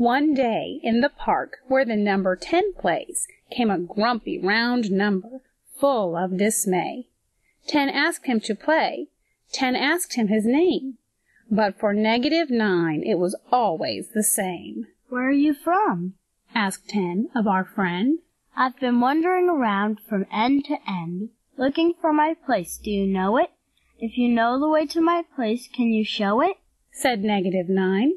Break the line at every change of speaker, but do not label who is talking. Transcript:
One day in the park where the number ten plays came a grumpy round number, full of dismay. Ten asked him to play, ten asked him his name, but for negative nine it was always the same.
Where are you from?
Asked ten of our friend.
I've been wandering around from end to end, looking for my place. Do you know it? If you know the way to my place, can you show it?
Said negative nine.